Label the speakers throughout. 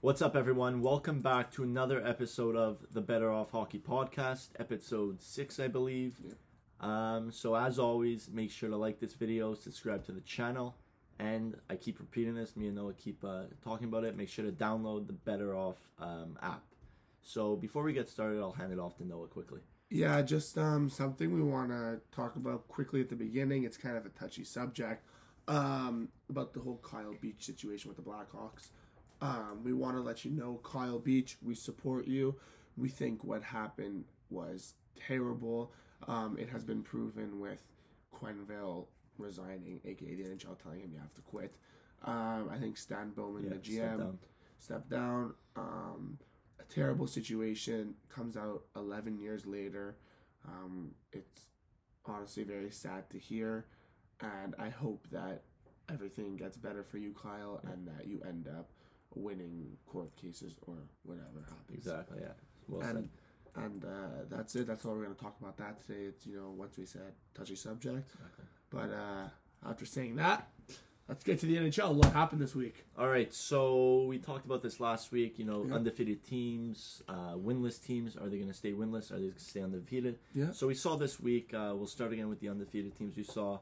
Speaker 1: What's up, everyone? Welcome back to another episode of the Better Off Hockey Podcast, episode six, I believe. Um, so, as always, make sure to like this video, subscribe to the channel, and I keep repeating this. Me and Noah keep uh, talking about it. Make sure to download the Better Off um, app. So, before we get started, I'll hand it off to Noah quickly.
Speaker 2: Yeah, just um, something we want to talk about quickly at the beginning. It's kind of a touchy subject um, about the whole Kyle Beach situation with the Blackhawks. Um, we want to let you know, Kyle Beach, we support you. We think what happened was terrible. Um, it has been proven with Quenville resigning, aka the NHL telling him you have to quit. Um, I think Stan Bowman, the GM,
Speaker 1: step down.
Speaker 2: step down. Um, a terrible situation comes out 11 years later. Um, it's honestly very sad to hear, and I hope that everything gets better for you, Kyle, and that you end up winning court cases or whatever happens.
Speaker 1: Exactly, yeah. Well said.
Speaker 2: And and uh, that's it. That's all we're gonna talk about that today. It's you know once we said touchy subject, but uh, after saying that, let's get to the NHL. What happened this week?
Speaker 1: All right, so we talked about this last week. You know, undefeated teams, uh, winless teams. Are they going to stay winless? Are they going to stay undefeated?
Speaker 2: Yeah.
Speaker 1: So we saw this week. Uh, we'll start again with the undefeated teams. We saw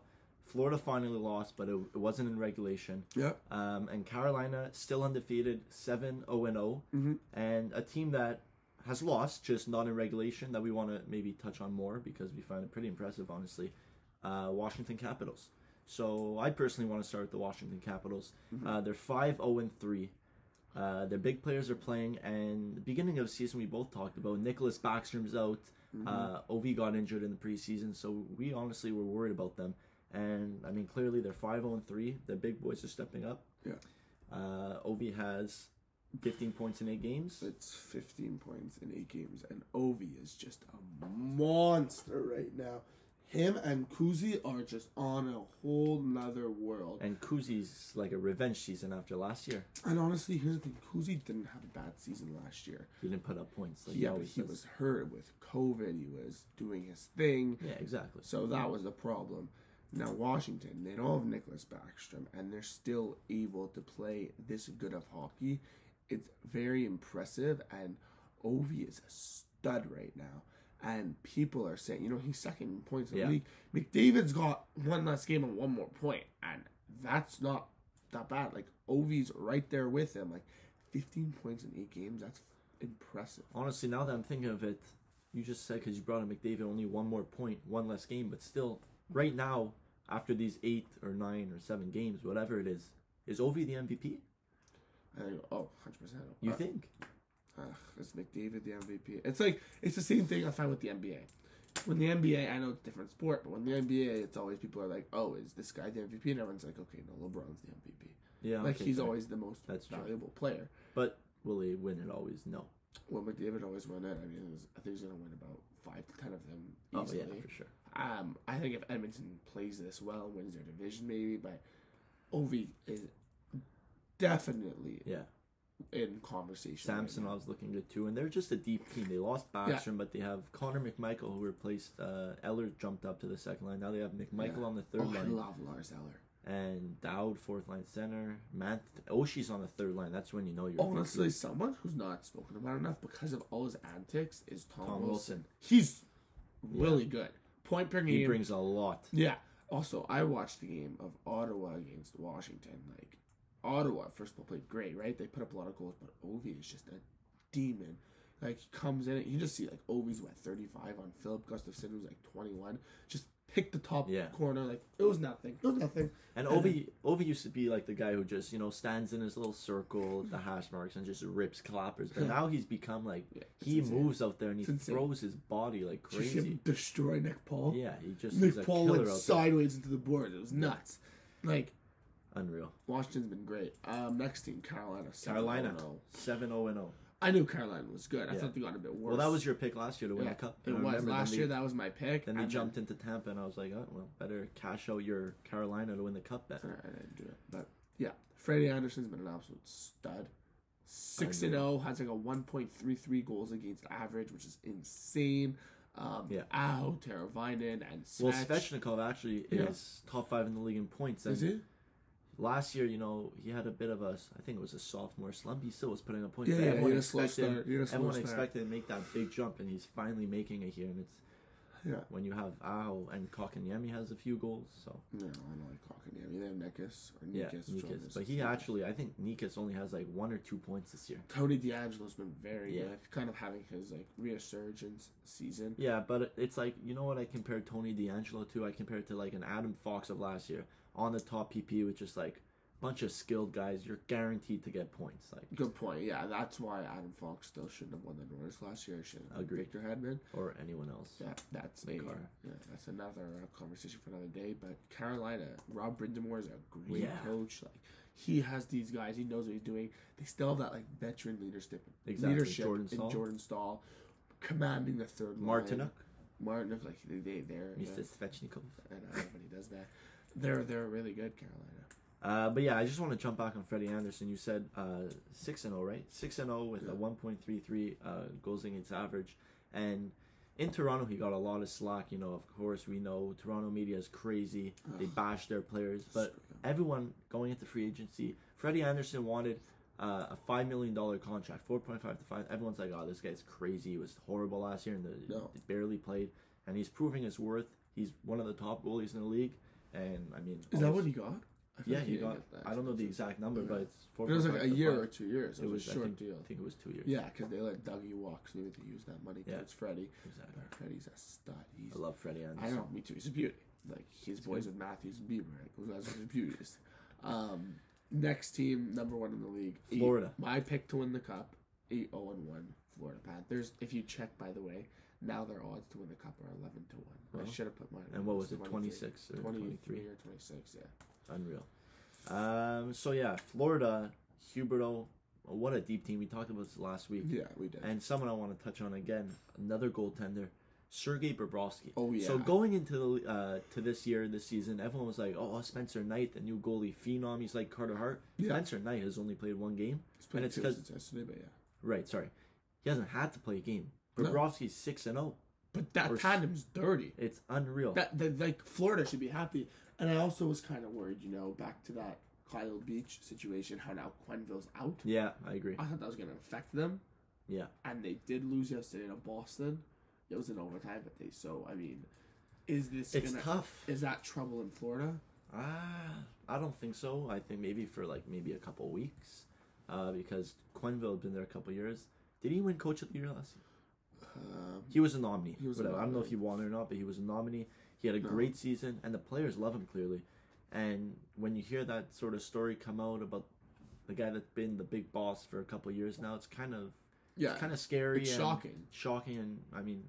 Speaker 1: Florida finally lost, but it, it wasn't in regulation.
Speaker 2: Yep.
Speaker 1: Um, and Carolina still undefeated, 7 0 0. oh. And a team that has lost, just not in regulation, that we want to maybe touch on more because we find it pretty impressive, honestly. Uh, Washington Capitals. So I personally want to start with the Washington Capitals. Uh, they're 5 0 3. Uh, their big players are playing, and the beginning of the season we both talked about Nicholas Backstrom's out.
Speaker 2: Mm-hmm.
Speaker 1: Uh, Ovi got injured in the preseason, so we honestly were worried about them. And I mean, clearly they're five zero and three. The big boys are stepping up.
Speaker 2: Yeah.
Speaker 1: Uh, Ovi has fifteen points in eight games.
Speaker 2: It's 15 points in eight games, and Ovi is just a monster right now. Him and Kuzi are just on a whole nother world.
Speaker 1: And Kuzi's like a revenge season after last year.
Speaker 2: And honestly, here's the thing: Kuzi didn't have a bad season last year.
Speaker 1: He didn't put up points. Like
Speaker 2: Yeah,
Speaker 1: he
Speaker 2: but
Speaker 1: always
Speaker 2: he
Speaker 1: does.
Speaker 2: was hurt with COVID. He was doing his thing.
Speaker 1: Yeah, exactly.
Speaker 2: So that was the problem. Now Washington, they don't have Nicholas Backstrom, and they're still able to play this good of hockey. It's very impressive, and Ovi is a stud right now. And people are saying, you know, he's second in points in
Speaker 1: Yeah.
Speaker 2: the league. McDavid's got one less game and one more point, and that's not that bad. Like Ovi's right there with him, like 15 points in eight games. That's impressive.
Speaker 1: Honestly, now that I'm thinking of it, you just said because you brought in McDavid only one more point, one less game, but still, right now, after these eight or nine or seven games, whatever it is, is Ovi the MVP?
Speaker 2: I think, oh, 100 percent.
Speaker 1: You think?
Speaker 2: Ugh, is McDavid the MVP? It's like it's the same thing I find with the NBA. When the NBA, I know it's a different sport, but when the NBA, it's always people are like, "Oh, is this guy the MVP?" And everyone's like, "Okay, no, LeBron's the MVP."
Speaker 1: Yeah.
Speaker 2: Like
Speaker 1: okay,
Speaker 2: he's
Speaker 1: fair.
Speaker 2: always the most
Speaker 1: That's true.
Speaker 2: valuable player.
Speaker 1: But will he win it always? No.
Speaker 2: Well, McDavid always won it. I mean, it was- I think he's gonna win about five to ten of them
Speaker 1: Oh
Speaker 2: easily.
Speaker 1: yeah, for sure.
Speaker 2: Um, I think if Edmonton plays this well, wins their division maybe, but Ovi is definitely
Speaker 1: Yeah.
Speaker 2: in conversation. right now.
Speaker 1: Samsonov's looking good too, and they're just a deep team. They lost Backstrom, but they have Connor McMichael who replaced uh, Eller jumped up to the second line. Now they have McMichael
Speaker 2: Yeah.
Speaker 1: on the third
Speaker 2: oh, I
Speaker 1: line
Speaker 2: love Lars Eller.
Speaker 1: and Dowd fourth line center. Matt Oshie's on the third line. That's when you know you're
Speaker 2: Honestly, someone who's not spoken about enough because of all his antics is Tom,
Speaker 1: Tom
Speaker 2: Wilson.
Speaker 1: Wilson.
Speaker 2: He's really good. Point per game.
Speaker 1: He brings a lot.
Speaker 2: yeah. Also, I watched the game of Ottawa against Washington. Like, Ottawa, first of all, played great, right? They put up a lot of goals, but Ovi is just a demon. Like, he comes in, you just see, like, Ovi's, what, 35 on Philip Gustafson, who's, like, 21. Just pick the top
Speaker 1: Yeah.
Speaker 2: corner. Like, it was nothing. It was nothing.
Speaker 1: And Ovi Ovi used to be like the guy who just you know stands in his little circle at the hash marks and just rips clappers. But now he's become like
Speaker 2: Yeah, it's
Speaker 1: he
Speaker 2: insane.
Speaker 1: moves out there and he
Speaker 2: It's insane.
Speaker 1: throws his body like
Speaker 2: Just see
Speaker 1: crazy.
Speaker 2: him destroy Nick Paul.
Speaker 1: Yeah, he just he's a
Speaker 2: Nick Paul
Speaker 1: killer
Speaker 2: went
Speaker 1: out there.
Speaker 2: sideways into the board. It was nuts. Like
Speaker 1: Unreal.
Speaker 2: Washington's been great. Um, next team, Carolina. 7-0.
Speaker 1: Carolina 7 0 oh, and 0.
Speaker 2: I knew Carolina was good. I thought they got a bit worse.
Speaker 1: Well, that was your pick last year to win
Speaker 2: yeah,
Speaker 1: the cup. I
Speaker 2: It
Speaker 1: remember.
Speaker 2: was
Speaker 1: Then
Speaker 2: last
Speaker 1: they-
Speaker 2: year. That was my pick.
Speaker 1: Then they
Speaker 2: and
Speaker 1: jumped into Tampa, and I was like, oh, well, better cash out your Carolina to win the cup bet.
Speaker 2: I didn't do it, but yeah, Freddie Anderson's been an absolute stud. Six and zero has like a one point three three goals against average, which is insane. Um,
Speaker 1: Yeah.
Speaker 2: Ow, Teravainen and Svech.
Speaker 1: Well, Svechnikov actually
Speaker 2: Yeah.
Speaker 1: is top five in the league in points. And
Speaker 2: is he?
Speaker 1: Last year, you know, he had a bit of a, I think it was a sophomore slump. He still was putting up points.
Speaker 2: Yeah,
Speaker 1: but
Speaker 2: yeah, he
Speaker 1: everyone
Speaker 2: had a slow
Speaker 1: expected,
Speaker 2: start. He had a slow
Speaker 1: everyone
Speaker 2: start.
Speaker 1: expected him to make that big jump, and he's finally making it here. And it's
Speaker 2: Yeah.
Speaker 1: when you have Ao and Kokanyemi has a few goals, so
Speaker 2: No, I don't like Kotkaniemi. They have Nekis or
Speaker 1: yeah,
Speaker 2: Nikis. which one
Speaker 1: Nikas.
Speaker 2: is
Speaker 1: But
Speaker 2: it?
Speaker 1: he actually, I think Nikas only has like one or two points this year.
Speaker 2: Tony D'Angelo's been very
Speaker 1: Yeah.
Speaker 2: good, kind of having his like resurgence season.
Speaker 1: Yeah, but it's like you know what I compared Tony D'Angelo to? I compared it to like an Adam Fox of last year on the top PP with just like bunch of skilled guys. You're guaranteed to get points. Like
Speaker 2: Good point. Yeah, that's why Adam Fox still shouldn't have won the Norris last year. Should have
Speaker 1: Agreed.
Speaker 2: Victor Hedman.
Speaker 1: or anyone else.
Speaker 2: Yeah, that's a,
Speaker 1: Car.
Speaker 2: yeah, that's another uh, conversation for another day. But Carolina, Rob Brindamore is a great
Speaker 1: Yeah.
Speaker 2: coach. Like he has these guys. He knows what he's doing. They still have that like veteran leadership,
Speaker 1: Exactly.
Speaker 2: leadership
Speaker 1: Jordan
Speaker 2: in
Speaker 1: Staal.
Speaker 2: Jordan Stahl, commanding the third
Speaker 1: Martinuk,
Speaker 2: line. Martinuk, like they, they they're yeah,
Speaker 1: Mr. Svechnikov.
Speaker 2: I don't know everybody does that. They're they're really good, Carolina.
Speaker 1: Uh, but yeah, I just want to jump back on Freddie Anderson. You said uh, six and zero, right? Six and zero with
Speaker 2: Yeah.
Speaker 1: a one point three three uh, goals against average, and in Toronto he got a lot of slack. You know, of course we know Toronto media is crazy. They
Speaker 2: Ugh.
Speaker 1: bash their players, but everyone going into free agency, Freddie Anderson wanted uh, a five million dollar contract, four point five to five. Everyone's like, "Oh, this guy's crazy. He was horrible last year and the,
Speaker 2: No.
Speaker 1: he barely played." And he's proving his worth. He's one of the top goalies in the league. And I mean,
Speaker 2: Is that
Speaker 1: always-
Speaker 2: what he got? I feel
Speaker 1: Yeah,
Speaker 2: like
Speaker 1: he
Speaker 2: didn't
Speaker 1: got.
Speaker 2: get that
Speaker 1: I don't know the
Speaker 2: expensive.
Speaker 1: exact number, but it's four.
Speaker 2: But it was like a year or
Speaker 1: It,
Speaker 2: two years. It, was,
Speaker 1: was
Speaker 2: a short
Speaker 1: I think,
Speaker 2: deal.
Speaker 1: I think it was two years.
Speaker 2: Yeah, because they let Dougie walk, so maybe they use that money
Speaker 1: Yeah.
Speaker 2: towards Freddie.
Speaker 1: exactly.
Speaker 2: But Freddie's a stud. He's
Speaker 1: I love Freddie Anderson.
Speaker 2: I know, me too. He's a beauty. Like he's boys with Matthews and Bieber. Like, those guys are just beauties. Um, next team, number one in the league, Eight.
Speaker 1: Florida.
Speaker 2: My pick to win the cup, eight zero and one. Florida Panthers. If you check, by the way, now their odds to win the cup are eleven to one.
Speaker 1: Well,
Speaker 2: I should have put mine.
Speaker 1: And what was it, twenty six or
Speaker 2: Twenty
Speaker 1: twenty
Speaker 2: three
Speaker 1: three?
Speaker 2: or twenty six? Yeah.
Speaker 1: Unreal. Um. So yeah, Florida, Huberto. What a deep team. We talked about this last week.
Speaker 2: Yeah, we did.
Speaker 1: And someone I want to touch on again, another goaltender, Sergei Bobrovsky.
Speaker 2: Oh, yeah.
Speaker 1: So going into the uh, to this year, this season, everyone was like, "Oh, Spencer Knight, the new goalie phenom. He's like Carter Hart."
Speaker 2: Yeah.
Speaker 1: Spencer Knight has only played one game.
Speaker 2: It's been
Speaker 1: and it's
Speaker 2: two
Speaker 1: 'cause-
Speaker 2: since yesterday, but yeah.
Speaker 1: Right. Sorry, he hasn't had to play a game.
Speaker 2: No.
Speaker 1: Bobrovsky's six and zero.
Speaker 2: But that
Speaker 1: Or s-
Speaker 2: tandem's dirty.
Speaker 1: It's unreal.
Speaker 2: That, that like Florida should be happy. And I also was kind of worried, you know, back to that Kyle Beach situation, how now Quenville's out.
Speaker 1: yeah, I agree.
Speaker 2: I thought that was going to affect them,
Speaker 1: Yeah.
Speaker 2: and they did lose yesterday to Boston. It was an overtime, but they so I mean, is this
Speaker 1: It's
Speaker 2: gonna,
Speaker 1: tough.
Speaker 2: Is that trouble in Florida?
Speaker 1: Ah, I don't think so. I think maybe for like maybe a couple weeks, uh, because Quenville had been there a couple years. Did he win Coach of the Year last year?
Speaker 2: Um,
Speaker 1: He was a nominee.
Speaker 2: He was a
Speaker 1: Whatever. I don't know if
Speaker 2: nominee.
Speaker 1: he won or not, but he was a nominee. He had a
Speaker 2: No.
Speaker 1: great season, and the players love him clearly. And when you hear that sort of story come out about the guy that's been the big boss for a couple years now, it's kind of
Speaker 2: yeah,
Speaker 1: it's kind of scary. um,
Speaker 2: it's
Speaker 1: and
Speaker 2: shocking.
Speaker 1: Shocking, and I mean,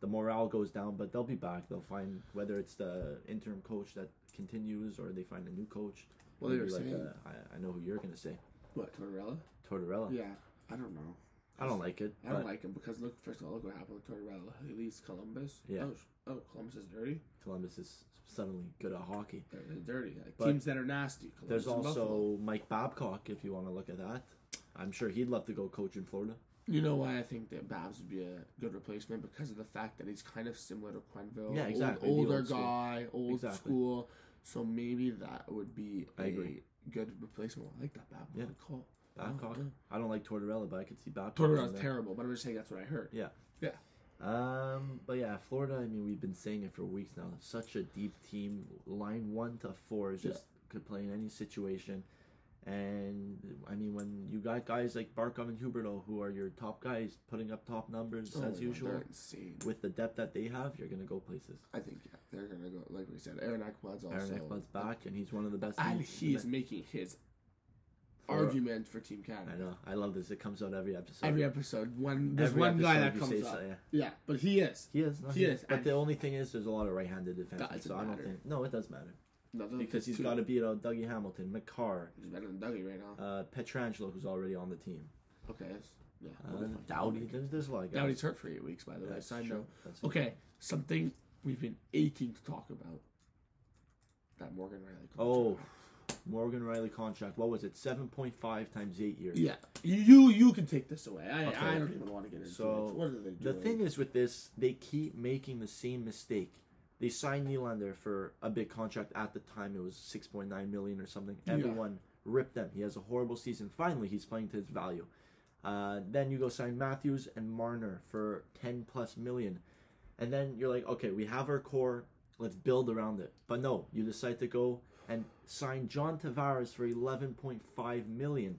Speaker 1: the morale goes down, but they'll be back. They'll find whether it's the interim coach that continues or they find a new coach.
Speaker 2: Well, they
Speaker 1: Maybe
Speaker 2: were
Speaker 1: like
Speaker 2: saying-
Speaker 1: uh, I I know who you're gonna say,
Speaker 2: what Tortorella?
Speaker 1: Tortorella.
Speaker 2: Yeah, I don't know.
Speaker 1: I don't like it.
Speaker 2: I don't
Speaker 1: Oh. but
Speaker 2: like him because look, first of all, look what happened with Tortorella. He leaves Columbus.
Speaker 1: Yeah.
Speaker 2: Oh, sh- oh Columbus is dirty.
Speaker 1: Columbus is suddenly good at hockey.
Speaker 2: They're, they're dirty. Like,
Speaker 1: But
Speaker 2: teams that are nasty. Columbus
Speaker 1: There's
Speaker 2: and Buffalo.
Speaker 1: also Mike Babcock if you want to look at that. I'm sure he'd love to go coach in Florida.
Speaker 2: You know why I think that Babs would be a good replacement because of the fact that he's kind of similar to Quenville.
Speaker 1: Yeah, exactly, the
Speaker 2: Old, older
Speaker 1: old school.
Speaker 2: guy, old
Speaker 1: Exactly.
Speaker 2: school. So maybe that would be
Speaker 1: I
Speaker 2: a
Speaker 1: agree.
Speaker 2: good replacement. I like that Babs.
Speaker 1: Yeah.
Speaker 2: Good call.
Speaker 1: Babcock.
Speaker 2: Oh, Yeah.
Speaker 1: I don't like Tortorella, but I could see Babcock. in
Speaker 2: Tortorella's
Speaker 1: there.
Speaker 2: terrible, but I'm just saying that's what I heard.
Speaker 1: Yeah.
Speaker 2: Yeah.
Speaker 1: Um, but yeah, Florida. I mean, we've been saying it for weeks now. Such a deep team. Line one to four is
Speaker 2: Yeah.
Speaker 1: just could play in any situation. And I mean, when you got guys like Barkov and Huberto, who are your top guys, putting up top numbers
Speaker 2: Oh my
Speaker 1: as
Speaker 2: God,
Speaker 1: usual,
Speaker 2: They're insane.
Speaker 1: with the depth that they have, you're gonna go places.
Speaker 2: I think yeah, they're gonna go like we said. Aaron Ekblad's also
Speaker 1: Aaron Ekblad's back, and he's one of the best.
Speaker 2: and
Speaker 1: he's
Speaker 2: he's making his argument for Team Canada.
Speaker 1: I know. I love this. It comes out every episode.
Speaker 2: Every episode, one there's
Speaker 1: Every
Speaker 2: one guy
Speaker 1: episode
Speaker 2: that
Speaker 1: you
Speaker 2: comes
Speaker 1: say
Speaker 2: up.
Speaker 1: so, yeah.
Speaker 2: yeah, but he is.
Speaker 1: He is. No,
Speaker 2: He
Speaker 1: he,
Speaker 2: is,
Speaker 1: is. But
Speaker 2: and-
Speaker 1: the only thing is, there's a lot of right-handed defensemen,
Speaker 2: Doesn't
Speaker 1: so I don't
Speaker 2: matter.
Speaker 1: think. No, it does matter
Speaker 2: No, those-
Speaker 1: because he's
Speaker 2: two-
Speaker 1: got to beat out Dougie Hamilton, McCarr,
Speaker 2: He's better than Dougie right now.
Speaker 1: uh, Petrangelo, who's already on the team.
Speaker 2: Okay. that's- Yeah.
Speaker 1: Uh, Dowdy. There's, there's a lot of guys.
Speaker 2: Dowdy's hurt for eight weeks, by the way.
Speaker 1: That's
Speaker 2: Side
Speaker 1: true.
Speaker 2: note.
Speaker 1: That's true.
Speaker 2: Okay, something we've been aching to talk about. That Morgan Riley. contract.
Speaker 1: Oh, Morgan Riley contract. What was it? 7.5 times eight years.
Speaker 2: Yeah. You you, you can take this away. I,
Speaker 1: Okay.
Speaker 2: I don't even want to get into
Speaker 1: So,
Speaker 2: it. What are they doing?
Speaker 1: The thing is with this, they keep making the same mistake. They signed Nylander for a big contract at the time. It was 6.9 million or something.
Speaker 2: Yeah.
Speaker 1: Everyone ripped them. He has a horrible season. Finally, he's playing to his value. Uh, then you go sign Matthews and Marner for 10 plus million. And then you're like, okay, we have our core. Let's build around it. But no, you decide to go and sign John Tavares for 11.5 million.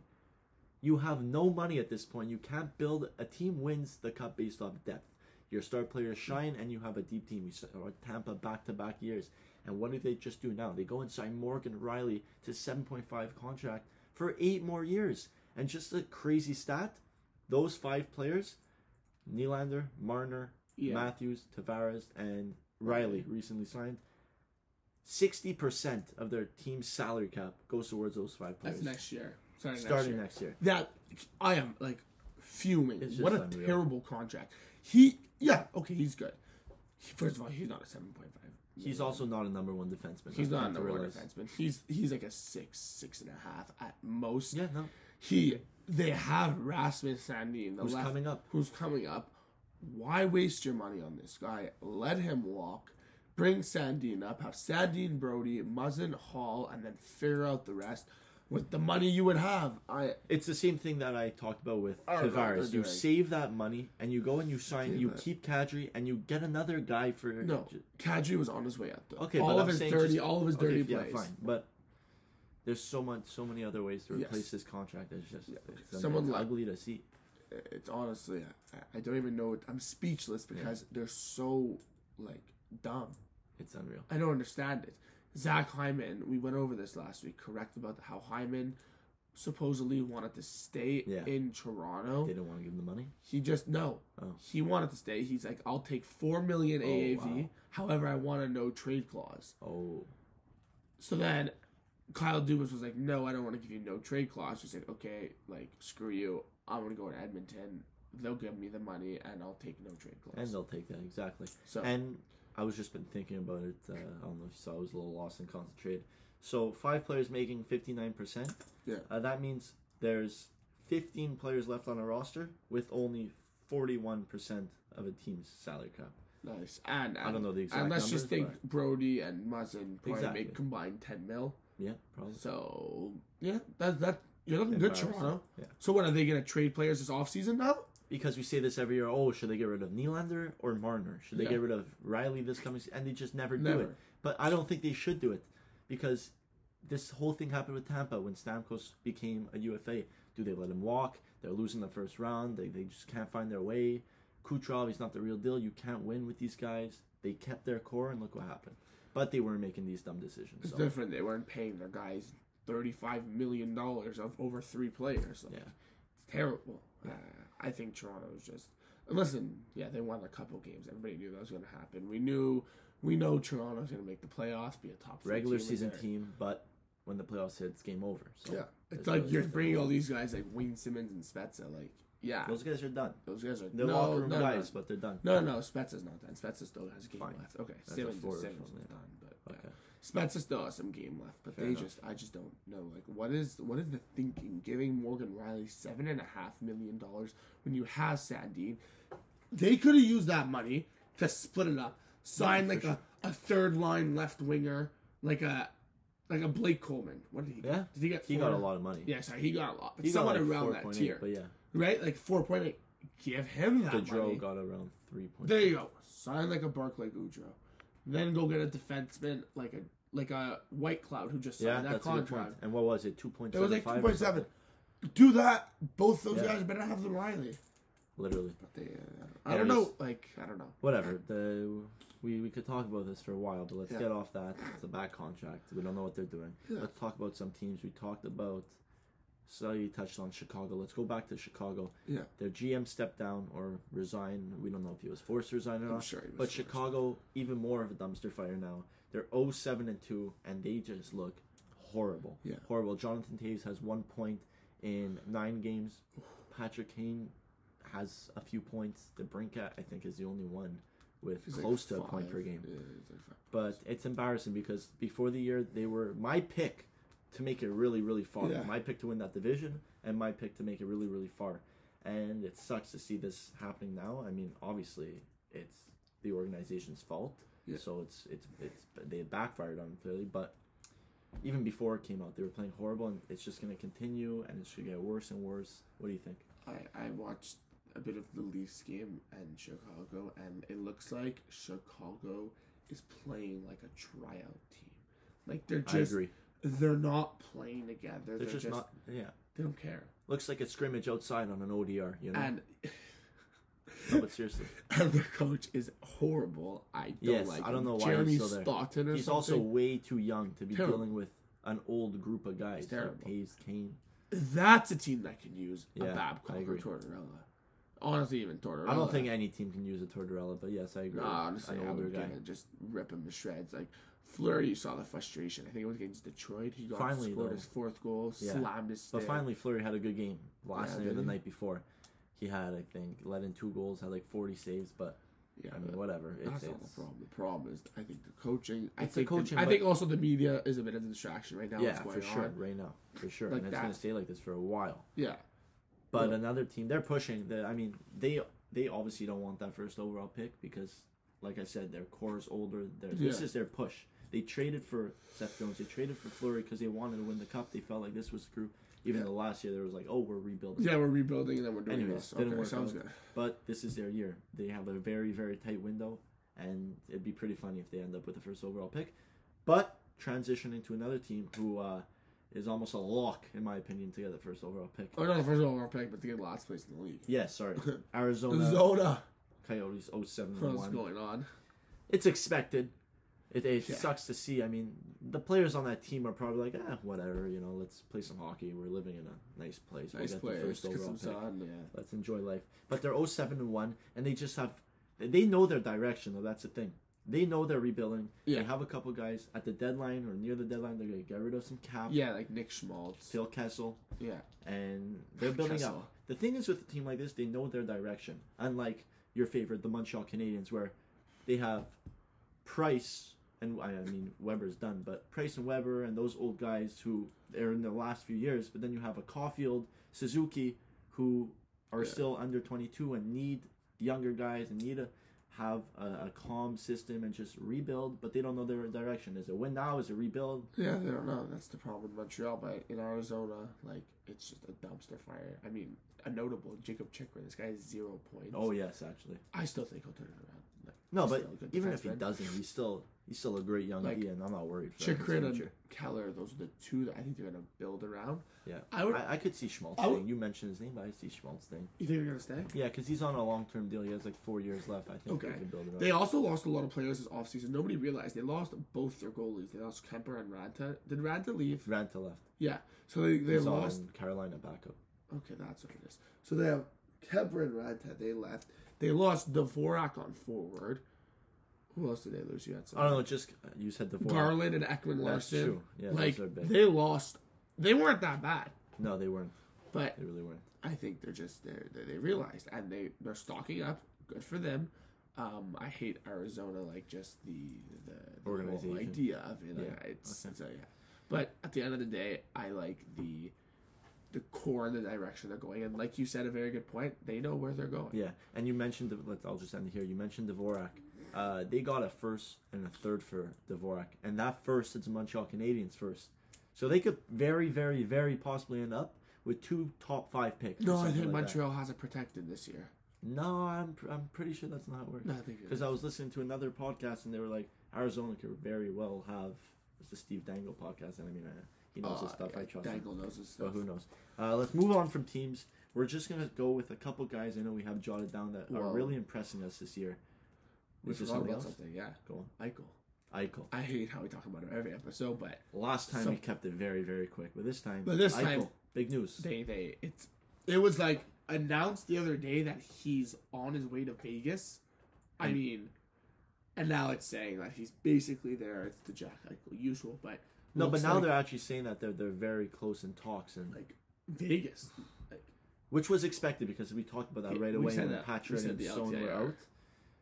Speaker 1: You have no money at this point. You can't build a team wins the cup based off depth. Your star players shine, and you have a deep team. You saw Tampa back to back years, and what do they just do now? They go and sign Morgan Riley to seven point five contract for eight more years. And just a crazy stat: those five players, Nylander, Marner,
Speaker 2: Yeah.
Speaker 1: Matthews, Tavares, and Riley, recently signed. Sixty percent of their team's salary cap goes towards those five players.
Speaker 2: That's next year. Starting,
Speaker 1: starting
Speaker 2: next year.
Speaker 1: next year.
Speaker 2: That I am like fuming.
Speaker 1: It's
Speaker 2: What a
Speaker 1: just unreal.
Speaker 2: terrible contract. He yeah okay he's good. He- first of all, he's not a seven point five.
Speaker 1: He's also not a number one defenseman.
Speaker 2: He's
Speaker 1: That's
Speaker 2: not
Speaker 1: what
Speaker 2: an
Speaker 1: I
Speaker 2: award
Speaker 1: realized.
Speaker 2: defenseman. He's he's like a six, six and a half at most.
Speaker 1: Yeah, no.
Speaker 2: He they have Rasmus Sandin, the
Speaker 1: Who's
Speaker 2: left,
Speaker 1: coming up.
Speaker 2: who's coming up. Why waste your money on this guy? Let him walk. Bring Sandin up. Have Sandin, Brody, Muzzin, Hall, and then figure out the rest with the money you would have. I
Speaker 1: It's the same thing that I talked about with
Speaker 2: I don't know what
Speaker 1: Tavares.
Speaker 2: they're
Speaker 1: You
Speaker 2: doing.
Speaker 1: save that money and you go and you sign,
Speaker 2: Save
Speaker 1: you
Speaker 2: it.
Speaker 1: keep Kadri and you get another guy for.
Speaker 2: no. Kadri was on his way up though.
Speaker 1: Okay,
Speaker 2: all
Speaker 1: but
Speaker 2: of
Speaker 1: I'm
Speaker 2: his
Speaker 1: saying
Speaker 2: dirty,
Speaker 1: just-
Speaker 2: all of his
Speaker 1: okay,
Speaker 2: dirty
Speaker 1: yeah,
Speaker 2: plays.
Speaker 1: fine. But there's so much, so many other ways to
Speaker 2: Yes.
Speaker 1: replace this contract. It's just it's,
Speaker 2: Someone
Speaker 1: it's
Speaker 2: like-
Speaker 1: ugly to see.
Speaker 2: it's honestly I- I don't even know what- I'm speechless because they're so like dumb.
Speaker 1: It's unreal.
Speaker 2: I don't understand it. Zach Hyman, we went over this last week, correct about how Hyman supposedly wanted to stay
Speaker 1: Yeah.
Speaker 2: in Toronto.
Speaker 1: They don't want to give him the money.
Speaker 2: He just no.
Speaker 1: Oh.
Speaker 2: He wanted to stay. He's like, I'll take four million AAV. However, I want a no trade clause.
Speaker 1: Oh,
Speaker 2: So then Kyle Dubas was like, No, I don't want to give you no trade clause. He said, Okay, like, screw you. I'm gonna go to Edmonton. They'll give me the money and I'll take no trade
Speaker 1: and
Speaker 2: clause.
Speaker 1: they'll take that exactly.
Speaker 2: so
Speaker 1: And I was just been thinking about it. Uh, I don't know if you saw, I was a little lost and concentrated. So five players making fifty nine percent.
Speaker 2: Yeah.
Speaker 1: Uh, that means there's fifteen players left on a roster with only forty one percent of a team's salary cap.
Speaker 2: nice. And, and
Speaker 1: I don't know the exact.
Speaker 2: and let's
Speaker 1: numbers,
Speaker 2: just think Brody and Muzzin probably
Speaker 1: Exactly.
Speaker 2: make combined ten mil.
Speaker 1: but yeah, probably.
Speaker 2: So yeah, that that you're looking good,
Speaker 1: Embarrassing.
Speaker 2: Toronto.
Speaker 1: Yeah.
Speaker 2: So what are they gonna trade players this offseason now?
Speaker 1: Because we say this every year. Oh, should they get rid of Nylander or Marner? Should they
Speaker 2: Yeah.
Speaker 1: get rid of Riley this coming? se- And they just never, do it.
Speaker 2: Never.
Speaker 1: But I don't think they should do it because this whole thing happened with Tampa when Stamkos became a UFA. Do they let him walk? They're losing the first round. They, they just can't find their way. Kucherov is not the real deal. You can't win with these guys. They kept their core, and look what happened. But they weren't making these dumb decisions.
Speaker 2: It's
Speaker 1: So.
Speaker 2: different. They weren't paying their guys thirty five million dollars of over three players. Like,
Speaker 1: Yeah.
Speaker 2: It's terrible. Uh, I think Toronto's just and listen. Yeah, they won a couple games. Everybody knew that was gonna happen. We knew. We know Toronto's gonna make the playoffs, be a top three
Speaker 1: Regular
Speaker 2: team in
Speaker 1: season
Speaker 2: there.
Speaker 1: team, but when the playoffs hit, it's game over. So
Speaker 2: Yeah, it's
Speaker 1: There's
Speaker 2: like
Speaker 1: really
Speaker 2: you're
Speaker 1: nothing.
Speaker 2: bringing all these guys like Wayne Simmons and Spezza. Like, yeah,
Speaker 1: those guys are done.
Speaker 2: those guys are
Speaker 1: They're
Speaker 2: no,
Speaker 1: locker room
Speaker 2: no, no.
Speaker 1: guys, but they're done.
Speaker 2: No, no, no. Spezza's not done. Spezza still has a game
Speaker 1: Fine.
Speaker 2: left. Okay,
Speaker 1: a
Speaker 2: Simmons,
Speaker 1: forward
Speaker 2: Simmons
Speaker 1: from
Speaker 2: is
Speaker 1: there.
Speaker 2: done, but
Speaker 1: Okay.
Speaker 2: yeah. Spezza still has some game left. But
Speaker 1: Fair
Speaker 2: they
Speaker 1: enough.
Speaker 2: just, I just don't know. Like, what is what is the thinking? Giving Morgan Riley seven and a half million dollars when you have Sandine, they could have used that money to split it up, sign
Speaker 1: for
Speaker 2: like
Speaker 1: sure.
Speaker 2: a, a third line left winger, like a like a Blake Coleman. What did he?
Speaker 1: Yeah.
Speaker 2: get? did he get?
Speaker 1: He
Speaker 2: four?
Speaker 1: got a lot of money.
Speaker 2: Yeah, sorry, he got a lot. But
Speaker 1: he got
Speaker 2: someone
Speaker 1: like
Speaker 2: around that
Speaker 1: 4.8,
Speaker 2: tier,
Speaker 1: But yeah,
Speaker 2: right? Like four point eight. Give him that money.
Speaker 1: Gaudreau got around three point.
Speaker 2: There you go. Sign like a Barclay Goudreau. Then go get a defenseman like a like a White Cloud who just signed
Speaker 1: Yeah,
Speaker 2: that
Speaker 1: that's a good
Speaker 2: contract.
Speaker 1: point. And what was it? Two point
Speaker 2: It
Speaker 1: seven.
Speaker 2: was like two point seven. Do that. Both those
Speaker 1: Yeah.
Speaker 2: guys better have the Riley.
Speaker 1: Literally.
Speaker 2: But they, uh, I don't
Speaker 1: Anyways.
Speaker 2: know. Like I don't know.
Speaker 1: Whatever. The we, we could talk about this for a while, but let's
Speaker 2: Yeah.
Speaker 1: get off that. It's a bad contract. We don't know what they're doing.
Speaker 2: Yeah.
Speaker 1: Let's talk about some teams. We talked about so you touched on Chicago. Let's go back to Chicago.
Speaker 2: Yeah,
Speaker 1: Their GM stepped down or resigned. We don't know if he was forced to resign or
Speaker 2: I'm
Speaker 1: not.
Speaker 2: sure. He was
Speaker 1: But
Speaker 2: forced.
Speaker 1: Chicago, even more of a dumpster fire now. They're 07 and 2, and they just look horrible.
Speaker 2: Yeah.
Speaker 1: Horrible. Jonathan Taves has one point in nine games. Patrick Kane has a few points. Debrinka, I think, is the only one with
Speaker 2: He's like
Speaker 1: close to a point
Speaker 2: five.
Speaker 1: per game.
Speaker 2: Yeah, he's like five.
Speaker 1: But it's embarrassing because before the year, they were my pick to make it really, really far.
Speaker 2: Yeah.
Speaker 1: My pick to win that division, and my pick to make it really, really far. And it sucks to see this happening now. I mean, obviously, it's the organization's fault.
Speaker 2: Yeah.
Speaker 1: So it's it's it's they backfired on them clearly, but even before it came out, they were playing horrible, and it's just going to continue, and it should get worse and worse. What do you think?
Speaker 2: I, I watched a bit of the Leafs game and Chicago, and it looks like Chicago is playing like a tryout team. Like they're
Speaker 1: I
Speaker 2: just
Speaker 1: agree.
Speaker 2: they're not playing together. They're,
Speaker 1: They're, just, not. Yeah,
Speaker 2: They don't care.
Speaker 1: looks like a scrimmage outside on an ODR. You know,
Speaker 2: And
Speaker 1: no, but seriously,
Speaker 2: and their coach is horrible. I don't
Speaker 1: Yes,
Speaker 2: like.
Speaker 1: I
Speaker 2: him.
Speaker 1: don't know why he's
Speaker 2: Jeremy
Speaker 1: still there.
Speaker 2: Staunton or
Speaker 1: he's
Speaker 2: something.
Speaker 1: also way too young to be
Speaker 2: Terrible.
Speaker 1: dealing with an old group of guys. like
Speaker 2: terrible.
Speaker 1: Taves, Kane.
Speaker 2: that's a team that can use
Speaker 1: Yeah,
Speaker 2: a Babcock
Speaker 1: I
Speaker 2: or
Speaker 1: agree.
Speaker 2: Tortorella. Honestly, even Tortorella.
Speaker 1: I don't think any team can use a Tortorella, but yes, I agree.
Speaker 2: No, honestly,
Speaker 1: an
Speaker 2: I
Speaker 1: older
Speaker 2: would
Speaker 1: guy.
Speaker 2: give it- just rip him to shreds. Like Flurry, you saw the frustration. I think it was against Detroit. He got
Speaker 1: Finally,
Speaker 2: scored
Speaker 1: though.
Speaker 2: his fourth goal,
Speaker 1: Yeah.
Speaker 2: slammed his.
Speaker 1: But
Speaker 2: stick.
Speaker 1: finally, Fleury had a good game last
Speaker 2: Yeah,
Speaker 1: night or
Speaker 2: did
Speaker 1: the
Speaker 2: he?
Speaker 1: night before. He had, I think, let in two goals, had like 40 saves, but
Speaker 2: yeah,
Speaker 1: I mean,
Speaker 2: but
Speaker 1: whatever. It's,
Speaker 2: that's not the
Speaker 1: it's,
Speaker 2: problem. The problem is, I think the coaching. I
Speaker 1: It's the
Speaker 2: think
Speaker 1: coaching,
Speaker 2: I
Speaker 1: but-
Speaker 2: think also the media is a bit of a distraction right now.
Speaker 1: yeah,
Speaker 2: what's
Speaker 1: for
Speaker 2: going
Speaker 1: sure,
Speaker 2: on.
Speaker 1: right now, for sure,
Speaker 2: Like
Speaker 1: and it's
Speaker 2: that.
Speaker 1: going to stay like this for a while.
Speaker 2: Yeah,
Speaker 1: But
Speaker 2: Yeah.
Speaker 1: another team, they're pushing. The, I mean, they they obviously don't want that first overall pick because, like I said, their core is older. Their, This
Speaker 2: Yeah.
Speaker 1: is their push. They traded for Seth Jones. They traded for Fleury because they wanted to win the cup. They felt like this was the group. Even
Speaker 2: Yeah.
Speaker 1: the last year, there was like, oh, we're rebuilding.
Speaker 2: yeah, we're rebuilding and then we're doing
Speaker 1: Anyways,
Speaker 2: this.
Speaker 1: didn't
Speaker 2: Okay,
Speaker 1: work
Speaker 2: sounds
Speaker 1: out.
Speaker 2: good.
Speaker 1: But this is their year. They have a very, very tight window, and it'd be pretty funny if they end up with the first overall pick. But transitioning to another team who uh, is almost a lock, in my opinion, to get the first overall pick.
Speaker 2: Oh no, first of all, we're playing, but they get last place in the league.
Speaker 1: Yes, sorry. Arizona
Speaker 2: Zona,
Speaker 1: Coyotes 07
Speaker 2: what's
Speaker 1: 1.
Speaker 2: going on?
Speaker 1: It's expected. It, it
Speaker 2: Yeah.
Speaker 1: sucks to see. I mean, the players on that team are probably like, ah, whatever, you know, let's play some hockey. We're living in a nice place.
Speaker 2: Nice
Speaker 1: we'll get
Speaker 2: play.
Speaker 1: the first
Speaker 2: Get
Speaker 1: overall
Speaker 2: some
Speaker 1: pick.
Speaker 2: sun. Yeah.
Speaker 1: Let's enjoy life. But they're 07 and 1, and they just have. They know their direction, though. That's the thing. They know they're rebuilding.
Speaker 2: Yeah.
Speaker 1: They have a couple guys at the deadline or near the deadline. They're going to get rid of some cap,
Speaker 2: Yeah, like Nick Schmaltz.
Speaker 1: Phil Kessel,
Speaker 2: Yeah.
Speaker 1: and they're building
Speaker 2: Kessel.
Speaker 1: up. The thing is with a team like this, they know their direction. Unlike your favorite, the Montreal Canadiens, where they have Price and I mean Weber's done, but Price and Weber and those old guys who they're in the last few years. But then you have a Caulfield, Suzuki, who are
Speaker 2: Yeah.
Speaker 1: still under 22 and need younger guys and need to have a, a calm system and just rebuild. But they don't know their direction. Is it win now? Is it rebuild?
Speaker 2: Yeah, they don't know. That's the problem in Montreal, but in Arizona, like it's just a dumpster fire. I mean, a notable Jacob Chikrin. This guy has zero points.
Speaker 1: Oh yes, actually.
Speaker 2: I still think he'll turn it around. Like,
Speaker 1: No,
Speaker 2: he's
Speaker 1: but
Speaker 2: still a good
Speaker 1: even if he
Speaker 2: defenseman.
Speaker 1: doesn't, he's still he's still a great young
Speaker 2: Like,
Speaker 1: kid, and I'm not worried for his
Speaker 2: Chikrin and
Speaker 1: future.
Speaker 2: Keller, those are the two that I think they're gonna build around.
Speaker 1: Yeah,
Speaker 2: I
Speaker 1: I,
Speaker 2: would-
Speaker 1: I, could see Schmaltz.
Speaker 2: I would-
Speaker 1: staying. You mentioned his name, but I see Schmaltz thing.
Speaker 2: You think they're gonna stay?
Speaker 1: Yeah, because he's on a long term deal. He has like four years left. I think
Speaker 2: Okay.
Speaker 1: they can build it up.
Speaker 2: They also lost a lot of players this offseason. Nobody realized they lost both their goalies. They lost Kemper and Ranta. Did Ranta leave?
Speaker 1: Ranta left.
Speaker 2: Yeah. So they, they
Speaker 1: He's
Speaker 2: lost
Speaker 1: on Carolina backup.
Speaker 2: Okay, that's what it is. So they have Kemper and Ranta. They left. They lost Dvorak on forward. Who else did they lose? You had
Speaker 1: I
Speaker 2: some.
Speaker 1: don't know. Just you said the
Speaker 2: Garland and Ekman
Speaker 1: Uh, That's
Speaker 2: Larson.
Speaker 1: true. Yeah,
Speaker 2: like
Speaker 1: those are big.
Speaker 2: they lost. They weren't that bad,
Speaker 1: No, they weren't.
Speaker 2: but
Speaker 1: They really weren't.
Speaker 2: I think they're just they're, they they realized and they they're stocking up. Good for them. Um, I hate Arizona. Like just the the, the
Speaker 1: Organization.
Speaker 2: whole idea of it.
Speaker 1: Yeah,
Speaker 2: I, it's,
Speaker 1: okay.
Speaker 2: it's a- yeah. But at the end of the day, I like the the core and the direction they're going. And like you said, a very good point. They know where they're going.
Speaker 1: Yeah, and you mentioned. Let's. I'll just end it here. You mentioned Dvorak. Uh, they got a first and a third for Dvorak, and that first is Montreal Canadiens first. So they could very, very, very possibly end up with two top five picks. or
Speaker 2: No, I
Speaker 1: something
Speaker 2: think
Speaker 1: like that.
Speaker 2: Montreal has it protected this year.
Speaker 1: No, I'm pr- I'm pretty sure that's not how it works.
Speaker 2: No, I think it
Speaker 1: Because I was listening to another podcast and they were like, Arizona could very well have. It's the Steve Dangle podcast, and I mean, uh, he knows his
Speaker 2: Uh,
Speaker 1: stuff. I trust him.
Speaker 2: Dangle knows his
Speaker 1: But
Speaker 2: stuff.
Speaker 1: who knows? Uh, let's move on from teams. We're just gonna go with a couple guys I know we have jotted down that are
Speaker 2: Well-
Speaker 1: really impressing us this year.
Speaker 2: We
Speaker 1: Is there
Speaker 2: forgot
Speaker 1: somebody
Speaker 2: about
Speaker 1: else?
Speaker 2: something. Yeah,
Speaker 1: Go
Speaker 2: Eichel.
Speaker 1: on, Eichel.
Speaker 2: I hate how we talk about him every episode, but
Speaker 1: Last time
Speaker 2: Some-
Speaker 1: we kept it very, very quick, but this time,
Speaker 2: But this
Speaker 1: Eichel,
Speaker 2: time-
Speaker 1: big news.
Speaker 2: they they it's it was like announced the other day that he's on his way to Vegas.
Speaker 1: Mm.
Speaker 2: I mean, and now it's saying that he's basically there. It's the Jack Eichel usual, but
Speaker 1: no, but
Speaker 2: looks
Speaker 1: now
Speaker 2: like,
Speaker 1: they're actually saying that they're they're very close in talks, and
Speaker 2: like Vegas. Like
Speaker 1: which was expected because we talked about that
Speaker 2: Yeah,
Speaker 1: right
Speaker 2: we
Speaker 1: away
Speaker 2: said
Speaker 1: when
Speaker 2: that. We
Speaker 1: Patrick
Speaker 2: said
Speaker 1: and
Speaker 2: the
Speaker 1: Stone were
Speaker 2: LTIR.
Speaker 1: out.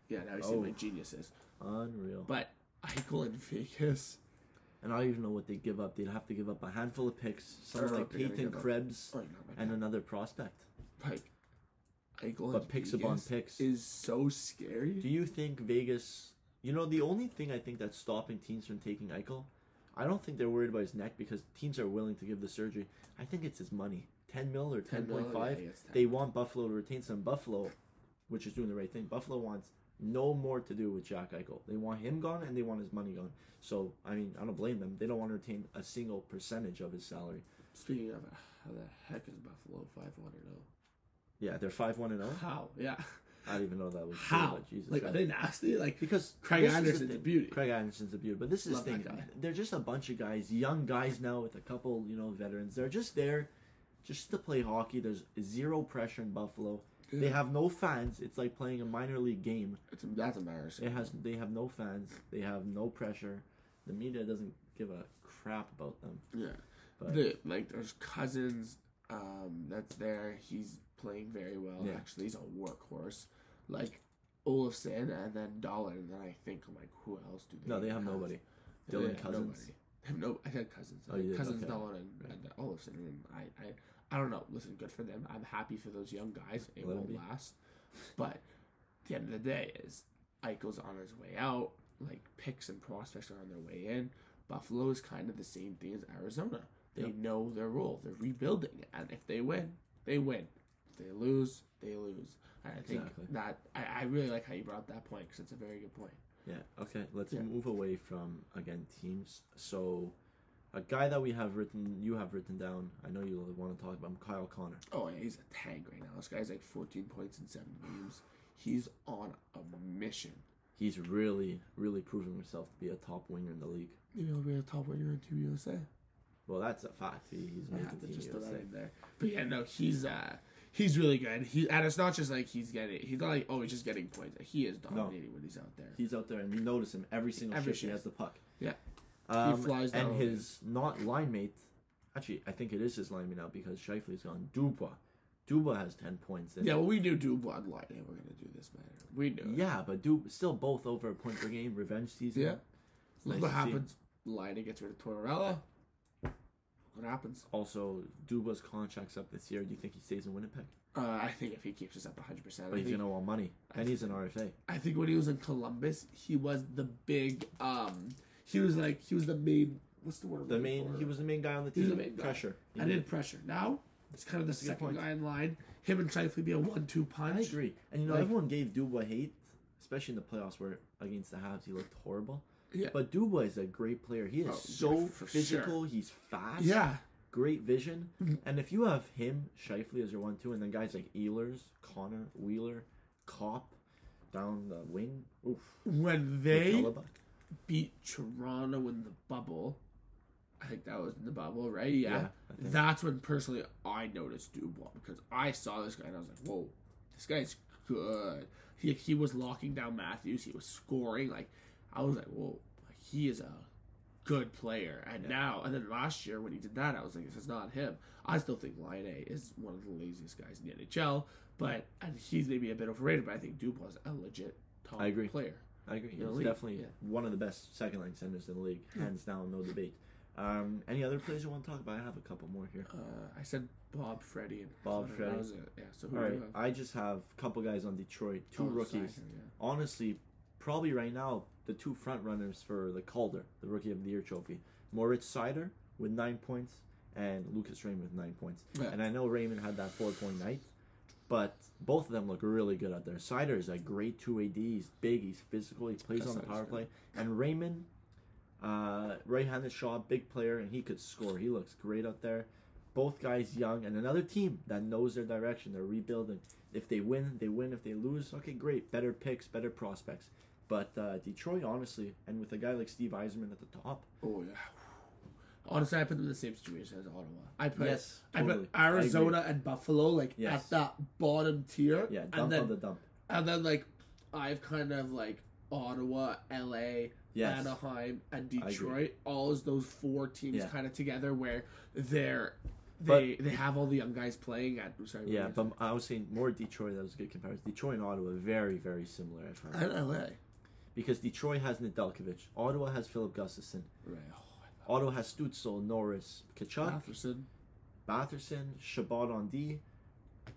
Speaker 2: yeah, now he's
Speaker 1: Oh.
Speaker 2: seeing like geniuses.
Speaker 1: Unreal.
Speaker 2: But Eichel in Vegas.
Speaker 1: and I don't even know what they give up. They'd have to give up a handful of picks, someone
Speaker 2: know
Speaker 1: like
Speaker 2: what they're gonna
Speaker 1: Peyton
Speaker 2: give up.
Speaker 1: Krebs,
Speaker 2: Oh, no, my
Speaker 1: and
Speaker 2: God.
Speaker 1: another prospect.
Speaker 2: like Eichel
Speaker 1: But
Speaker 2: in
Speaker 1: picks
Speaker 2: Vegas
Speaker 1: upon picks.
Speaker 2: is so scary.
Speaker 1: Do you think Vegas You know, the only thing I think that's stopping teams from taking Eichel, I don't think they're worried about his neck because teams are willing to give the surgery. I think it's his money. 10 mil or
Speaker 2: 10 mil,
Speaker 1: 10.5.
Speaker 2: yeah, it's 10.
Speaker 1: They want Buffalo to retain some Buffalo, which is doing the right thing. Buffalo wants no more to do with Jack Eichel. They want him gone and they want his money gone. So, I mean, I don't blame them. They don't want to retain a single percentage of his salary.
Speaker 2: Speaking of, how the heck is Buffalo five one zero?
Speaker 1: Yeah, they're 5 1 and 0.
Speaker 2: How? Yeah.
Speaker 1: I didn't even know that was true,
Speaker 2: How?
Speaker 1: but Oh, Jesus.
Speaker 2: like,
Speaker 1: I-
Speaker 2: are they nasty? Like,
Speaker 1: because
Speaker 2: Craig
Speaker 1: this is the
Speaker 2: Anderson's a
Speaker 1: thing.
Speaker 2: beauty.
Speaker 1: Craig Anderson's a beauty, but this is
Speaker 2: Love
Speaker 1: the thing.
Speaker 2: that guy.
Speaker 1: They're just a bunch of guys, young guys now with a couple, you know, veterans. They're just there, just to play hockey. There's zero pressure in Buffalo. They
Speaker 2: Yeah.
Speaker 1: have no fans. It's like playing a minor league game.
Speaker 2: it's, that's embarrassing.
Speaker 1: It has. They have no fans. They have no pressure. The media doesn't give a crap about them.
Speaker 2: Yeah.
Speaker 1: But-
Speaker 2: The, like, there's cousins um, that's there. He's playing very well,
Speaker 1: Yeah.
Speaker 2: actually. He's a workhorse. Like, Olafson and then Dollar. And then I think, I'm like, who else do they
Speaker 1: No, they have
Speaker 2: have?
Speaker 1: nobody. Dylan
Speaker 2: Yeah,
Speaker 1: Cousins.
Speaker 2: nobody. They have no, I said Cousins.
Speaker 1: Oh, you did,
Speaker 2: cousins,
Speaker 1: okay.
Speaker 2: Dolan, and, and Olafson. And I, I, I don't know. Listen, good for them. I'm happy for those young guys. It
Speaker 1: Let 'em
Speaker 2: won't
Speaker 1: be.
Speaker 2: last. But at the end of the day, is Eichel's on his way out. Like picks and prospects are on their way in. Buffalo is kind of the same thing as Arizona. They
Speaker 1: Yep.
Speaker 2: know their role. They're rebuilding, and if they win, they win. If they lose, they lose. And I think
Speaker 1: Exactly.
Speaker 2: that I, I really like how you brought that point because it's a very good point.
Speaker 1: Yeah. Okay. Let's
Speaker 2: Yeah.
Speaker 1: move away from again teams. So, a guy that we have written, you have written down. I know you want to talk about him, Kyle Connor.
Speaker 2: Oh yeah, he's a tank right now. This guy's like 14 points in seven games. He's on a mission.
Speaker 1: He's really, really proven himself to be a top winger in the league.
Speaker 2: You know, we're a top winner in Team USA.
Speaker 1: Well, that's a fact. He, he's
Speaker 2: I
Speaker 1: made
Speaker 2: had
Speaker 1: the
Speaker 2: to
Speaker 1: team
Speaker 2: just throw that
Speaker 1: USA.
Speaker 2: in there. But yeah, no, he's uh, he's really good. He and it's not just like he's getting. He's not like oh, he's just getting points. He is dominating when he's out there.
Speaker 1: He's out there, and you notice him every single
Speaker 2: Every
Speaker 1: shift. He
Speaker 2: shift.
Speaker 1: has the puck.
Speaker 2: Yeah.
Speaker 1: Um,
Speaker 2: flies
Speaker 1: and
Speaker 2: down.
Speaker 1: his not line mate. Actually, I think it is his line mate now because Shifley's gone. Duba, Duba has ten points. In
Speaker 2: yeah, well, we knew do bloodline. Hey, we're gonna do this, man. We knew. it.
Speaker 1: yeah, but Duba still both over a point per game. Revenge season.
Speaker 2: Yeah.
Speaker 1: It's
Speaker 2: Look
Speaker 1: nice
Speaker 2: what
Speaker 1: to see.
Speaker 2: happens. Lina gets rid of Tortorella. What happens?
Speaker 1: Also, Duba's contract's up this year. Do you think he stays in Winnipeg?
Speaker 2: Uh, I think if he keeps this up 100, percent
Speaker 1: But he's gonna want money, and he's an RFA.
Speaker 2: I think when he was in Columbus, he was the big. um He was like he was the main. What's the word? I'm
Speaker 1: The
Speaker 2: looking
Speaker 1: main,
Speaker 2: for?
Speaker 1: he was the main guy on the
Speaker 2: He
Speaker 1: team.
Speaker 2: was the main guy.
Speaker 1: Pressure.
Speaker 2: I did pressure. Now it's kind of the
Speaker 1: a good
Speaker 2: second
Speaker 1: point.
Speaker 2: guy in line. Him and Shifley be a one-two punch.
Speaker 1: I agree. And you know,
Speaker 2: Like-
Speaker 1: everyone gave Dubois hate, especially in the playoffs where against the Habs he looked horrible.
Speaker 2: Yeah.
Speaker 1: But Dubois is a great player. He is
Speaker 2: Oh,
Speaker 1: so
Speaker 2: yeah, for
Speaker 1: physical. He's fast.
Speaker 2: yeah, Mm-hmm.
Speaker 1: Great vision. and if you have him, Shifley as your one two, and then guys like Ehlers, Connor, Wheeler, Cop, down the wing. Oof.
Speaker 2: when they
Speaker 1: Hellebuck.
Speaker 2: beat Toronto in the bubble, I think that was in the bubble, right? Yeah.
Speaker 1: Yeah, I think.
Speaker 2: That's when personally I noticed Dubois because I saw this guy and I was like, whoa, this guy's good. He he was locking down Matthews. He was scoring. Like I was like, whoa, he is a good player. And now and then last year when he did that, I was like, this is not him. I still think Line A is one of the laziest guys in the NHL, but and he's maybe a bit overrated. But I think Dubois is a legit top
Speaker 1: I agree.
Speaker 2: player.
Speaker 1: I agree. He's
Speaker 2: the league,
Speaker 1: definitely
Speaker 2: yeah.
Speaker 1: one of the best second line centers in the league, hands down, no debate. Um, any other players you want to talk about? I have a couple more here.
Speaker 2: Uh, I said Bob Freddy and
Speaker 1: Bob
Speaker 2: so
Speaker 1: Freddy.
Speaker 2: That was it. Yeah. So who
Speaker 1: All
Speaker 2: do
Speaker 1: right,
Speaker 2: you have?
Speaker 1: I just have a couple guys on Detroit, two
Speaker 2: Oh,
Speaker 1: rookies.
Speaker 2: Sacker, yeah.
Speaker 1: honestly, probably right now, the two front runners for the Calder, the Rookie of the Year trophy, Moritz Seider with nine points and Lucas Raymond with nine points.
Speaker 2: Yeah.
Speaker 1: And I know Raymond had that four point night, but both of them look really good out there. Seider is a great two AD. He's big. He's physical. He plays
Speaker 2: Yeah,
Speaker 1: on the
Speaker 2: Seider's
Speaker 1: power
Speaker 2: good.
Speaker 1: play. And Raymond, uh, right-handed shot, big player, and he could score. He looks great out there. Both guys young, and another team that knows their direction. They're rebuilding. If they win, they win. If they lose, okay, great. Better picks, better prospects. But uh, Detroit, honestly, and with a guy like Steve Eiserman at the top,
Speaker 2: Oh yeah. Honestly, I put them in the same situation as Ottawa. I put
Speaker 1: Yes,
Speaker 2: I
Speaker 1: totally.
Speaker 2: put Arizona and Buffalo like
Speaker 1: Yes.
Speaker 2: at that bottom tier.
Speaker 1: yeah, dump
Speaker 2: and then
Speaker 1: of the dump.
Speaker 2: and then like I've kind of like Ottawa, LA,
Speaker 1: Yes.
Speaker 2: Anaheim, and
Speaker 1: agree.
Speaker 2: Detroit. All of those four teams
Speaker 1: Yeah.
Speaker 2: kind of together where they're
Speaker 1: But-
Speaker 2: they they have all the young guys playing at. Sorry, what
Speaker 1: Yeah,
Speaker 2: were you
Speaker 1: but I was saying more Detroit. That was a good comparison. Detroit and Ottawa, very, very similar. I
Speaker 2: saying?
Speaker 1: found
Speaker 2: and LA.
Speaker 1: because Detroit has Nedeljkovic, Ottawa has Philip Gustafson,
Speaker 2: Right.
Speaker 1: Ottawa has Stutzel, Norris,
Speaker 2: Oh,
Speaker 1: Kachuk,
Speaker 2: Batherson.
Speaker 1: Batherson, Shabbat on D.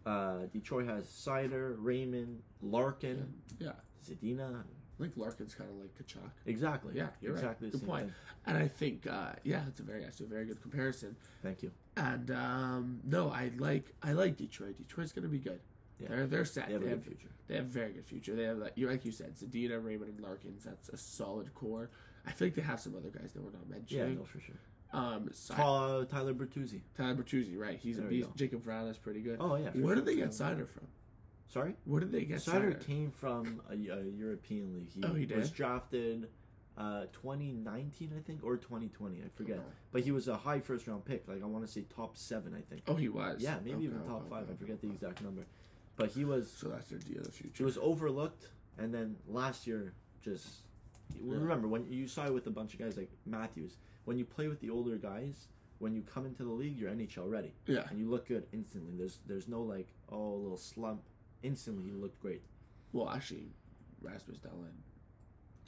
Speaker 1: Uh, Detroit has Cider, Raymond, Larkin,
Speaker 2: Yeah.
Speaker 1: Zadina,
Speaker 2: I think Larkin's kind of like Kachuk.
Speaker 1: Exactly.
Speaker 2: Yeah, you're right.
Speaker 1: exactly the
Speaker 2: Good
Speaker 1: same
Speaker 2: point.
Speaker 1: thing.
Speaker 2: And I think, uh, yeah, it's a very, that's a very good comparison.
Speaker 1: Thank you.
Speaker 2: And um, no, I like, I like Detroit. Detroit's gonna be good.
Speaker 1: Yeah.
Speaker 2: They're they're set.
Speaker 1: They have a
Speaker 2: They
Speaker 1: good
Speaker 2: have,
Speaker 1: future.
Speaker 2: they have a very good future. They have like you like you said, Zadina, Raymond, and Larkins. That's a solid core. I think they have some other guys that we're not
Speaker 1: Yeah,
Speaker 2: mentioning.
Speaker 1: no, for sure.
Speaker 2: Um, so
Speaker 1: Uh, Tyler Bertuzzi.
Speaker 2: Tyler Bertuzzi, right? He's a
Speaker 1: There we
Speaker 2: beast.
Speaker 1: go.
Speaker 2: Jacob Brown is pretty good.
Speaker 1: Oh, yeah, for
Speaker 2: Where
Speaker 1: sure.
Speaker 2: did they get Sider from?
Speaker 1: Sorry?
Speaker 2: Where did they get
Speaker 1: Sider
Speaker 2: Sider?
Speaker 1: came from a, a European league. He,
Speaker 2: Oh, he
Speaker 1: was
Speaker 2: did?
Speaker 1: drafted uh, 2019, I think, or 2020. I forget.
Speaker 2: Okay.
Speaker 1: But he was a high first round pick. Like, I want to say top seven, I think.
Speaker 2: oh, he was.
Speaker 1: Yeah, maybe
Speaker 2: Okay,
Speaker 1: even
Speaker 2: okay,
Speaker 1: top five.
Speaker 2: okay,
Speaker 1: I forget
Speaker 2: okay.
Speaker 1: the exact number. But he was
Speaker 2: So that's their deal of the
Speaker 1: he
Speaker 2: future.
Speaker 1: was overlooked. And then last year, just.
Speaker 2: Yeah.
Speaker 1: Remember, when you saw it with a bunch of guys like Matthews, when you play with the older guys, when you come into the league, you're NHL ready.
Speaker 2: yeah.
Speaker 1: and you look good instantly. There's there's no like oh little slump. Instantly he looked great.
Speaker 2: Well, actually, Rasmus Dahlin.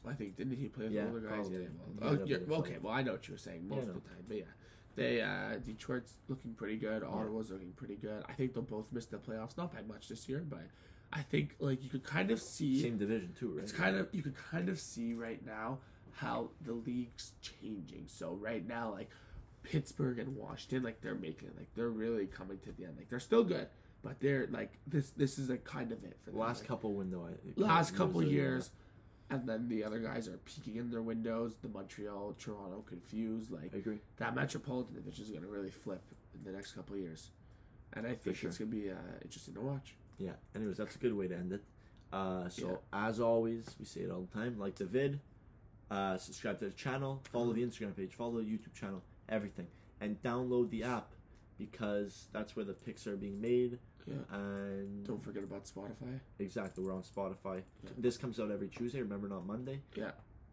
Speaker 2: I think didn't he play with
Speaker 1: Yeah,
Speaker 2: older guys?
Speaker 1: probably.
Speaker 2: Yeah,
Speaker 1: He
Speaker 2: well,
Speaker 1: ended
Speaker 2: oh,
Speaker 1: up
Speaker 2: yeah,
Speaker 1: with
Speaker 2: well,
Speaker 1: some.
Speaker 2: okay. Well, I know what you were saying most
Speaker 1: Yeah,
Speaker 2: of
Speaker 1: no.
Speaker 2: the time, but yeah, they uh, Detroit's looking pretty good. Ottawa's looking pretty good. I think they'll both miss the playoffs, not by much this year, but I think like you could kind of see
Speaker 1: Same division too, right?
Speaker 2: it's kind of you can kind of see right now how the league's changing. So right now, like Pittsburgh and Washington, like they're making it, like they're really coming to the end. Like they're still good, but they're like this. This is like kind of it for them.
Speaker 1: last
Speaker 2: Like,
Speaker 1: couple window. I, it
Speaker 2: last
Speaker 1: kinda
Speaker 2: couple
Speaker 1: loses,
Speaker 2: years, and then the other guys are peeking in their windows. The Montreal, Toronto, confused. Like
Speaker 1: yeah. I agree.
Speaker 2: that Metropolitan Division is going to really flip in the next couple years, and I think
Speaker 1: sure.
Speaker 2: it's going to be uh, interesting to watch.
Speaker 1: Yeah. Anyways, that's a good way to end it. Uh, so as always, we say it all the time. Like the vid, uh, subscribe to the channel, follow the
Speaker 2: Mm-hmm.
Speaker 1: Instagram page, follow the YouTube channel, everything, and download the app because that's where the picks are being made.
Speaker 2: Yeah.
Speaker 1: And
Speaker 2: Don't forget about Spotify.
Speaker 1: exactly, we're on Spotify.
Speaker 2: Yeah.
Speaker 1: This comes out every Tuesday. Remember, not Monday.
Speaker 2: Yeah.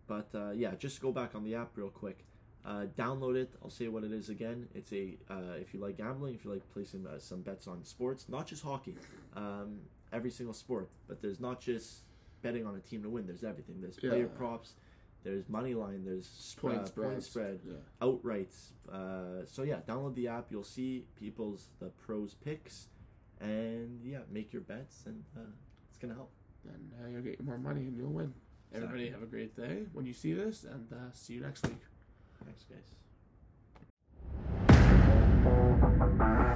Speaker 1: But uh, yeah, just go back on the app real quick. Uh, download it. I'll say what it is again. It's a uh, if you like gambling, if you like placing uh, some bets on sports, not just hockey, um, every single sport. But there's not just betting on a team to win. There's everything. There's
Speaker 2: Yeah.
Speaker 1: player props. There's money line. There's sp-
Speaker 2: Point
Speaker 1: uh, point
Speaker 2: spreads.
Speaker 1: spread
Speaker 2: Yeah.
Speaker 1: outrights. Uh, so yeah, download the app. You'll see people's the pros picks, and yeah, make your bets, and uh, it's gonna help.
Speaker 2: and uh, you'll get more money and you'll win. Everybody
Speaker 1: Exactly.
Speaker 2: have a great day when you see this, and uh, see you next week.
Speaker 1: Thanks, guys.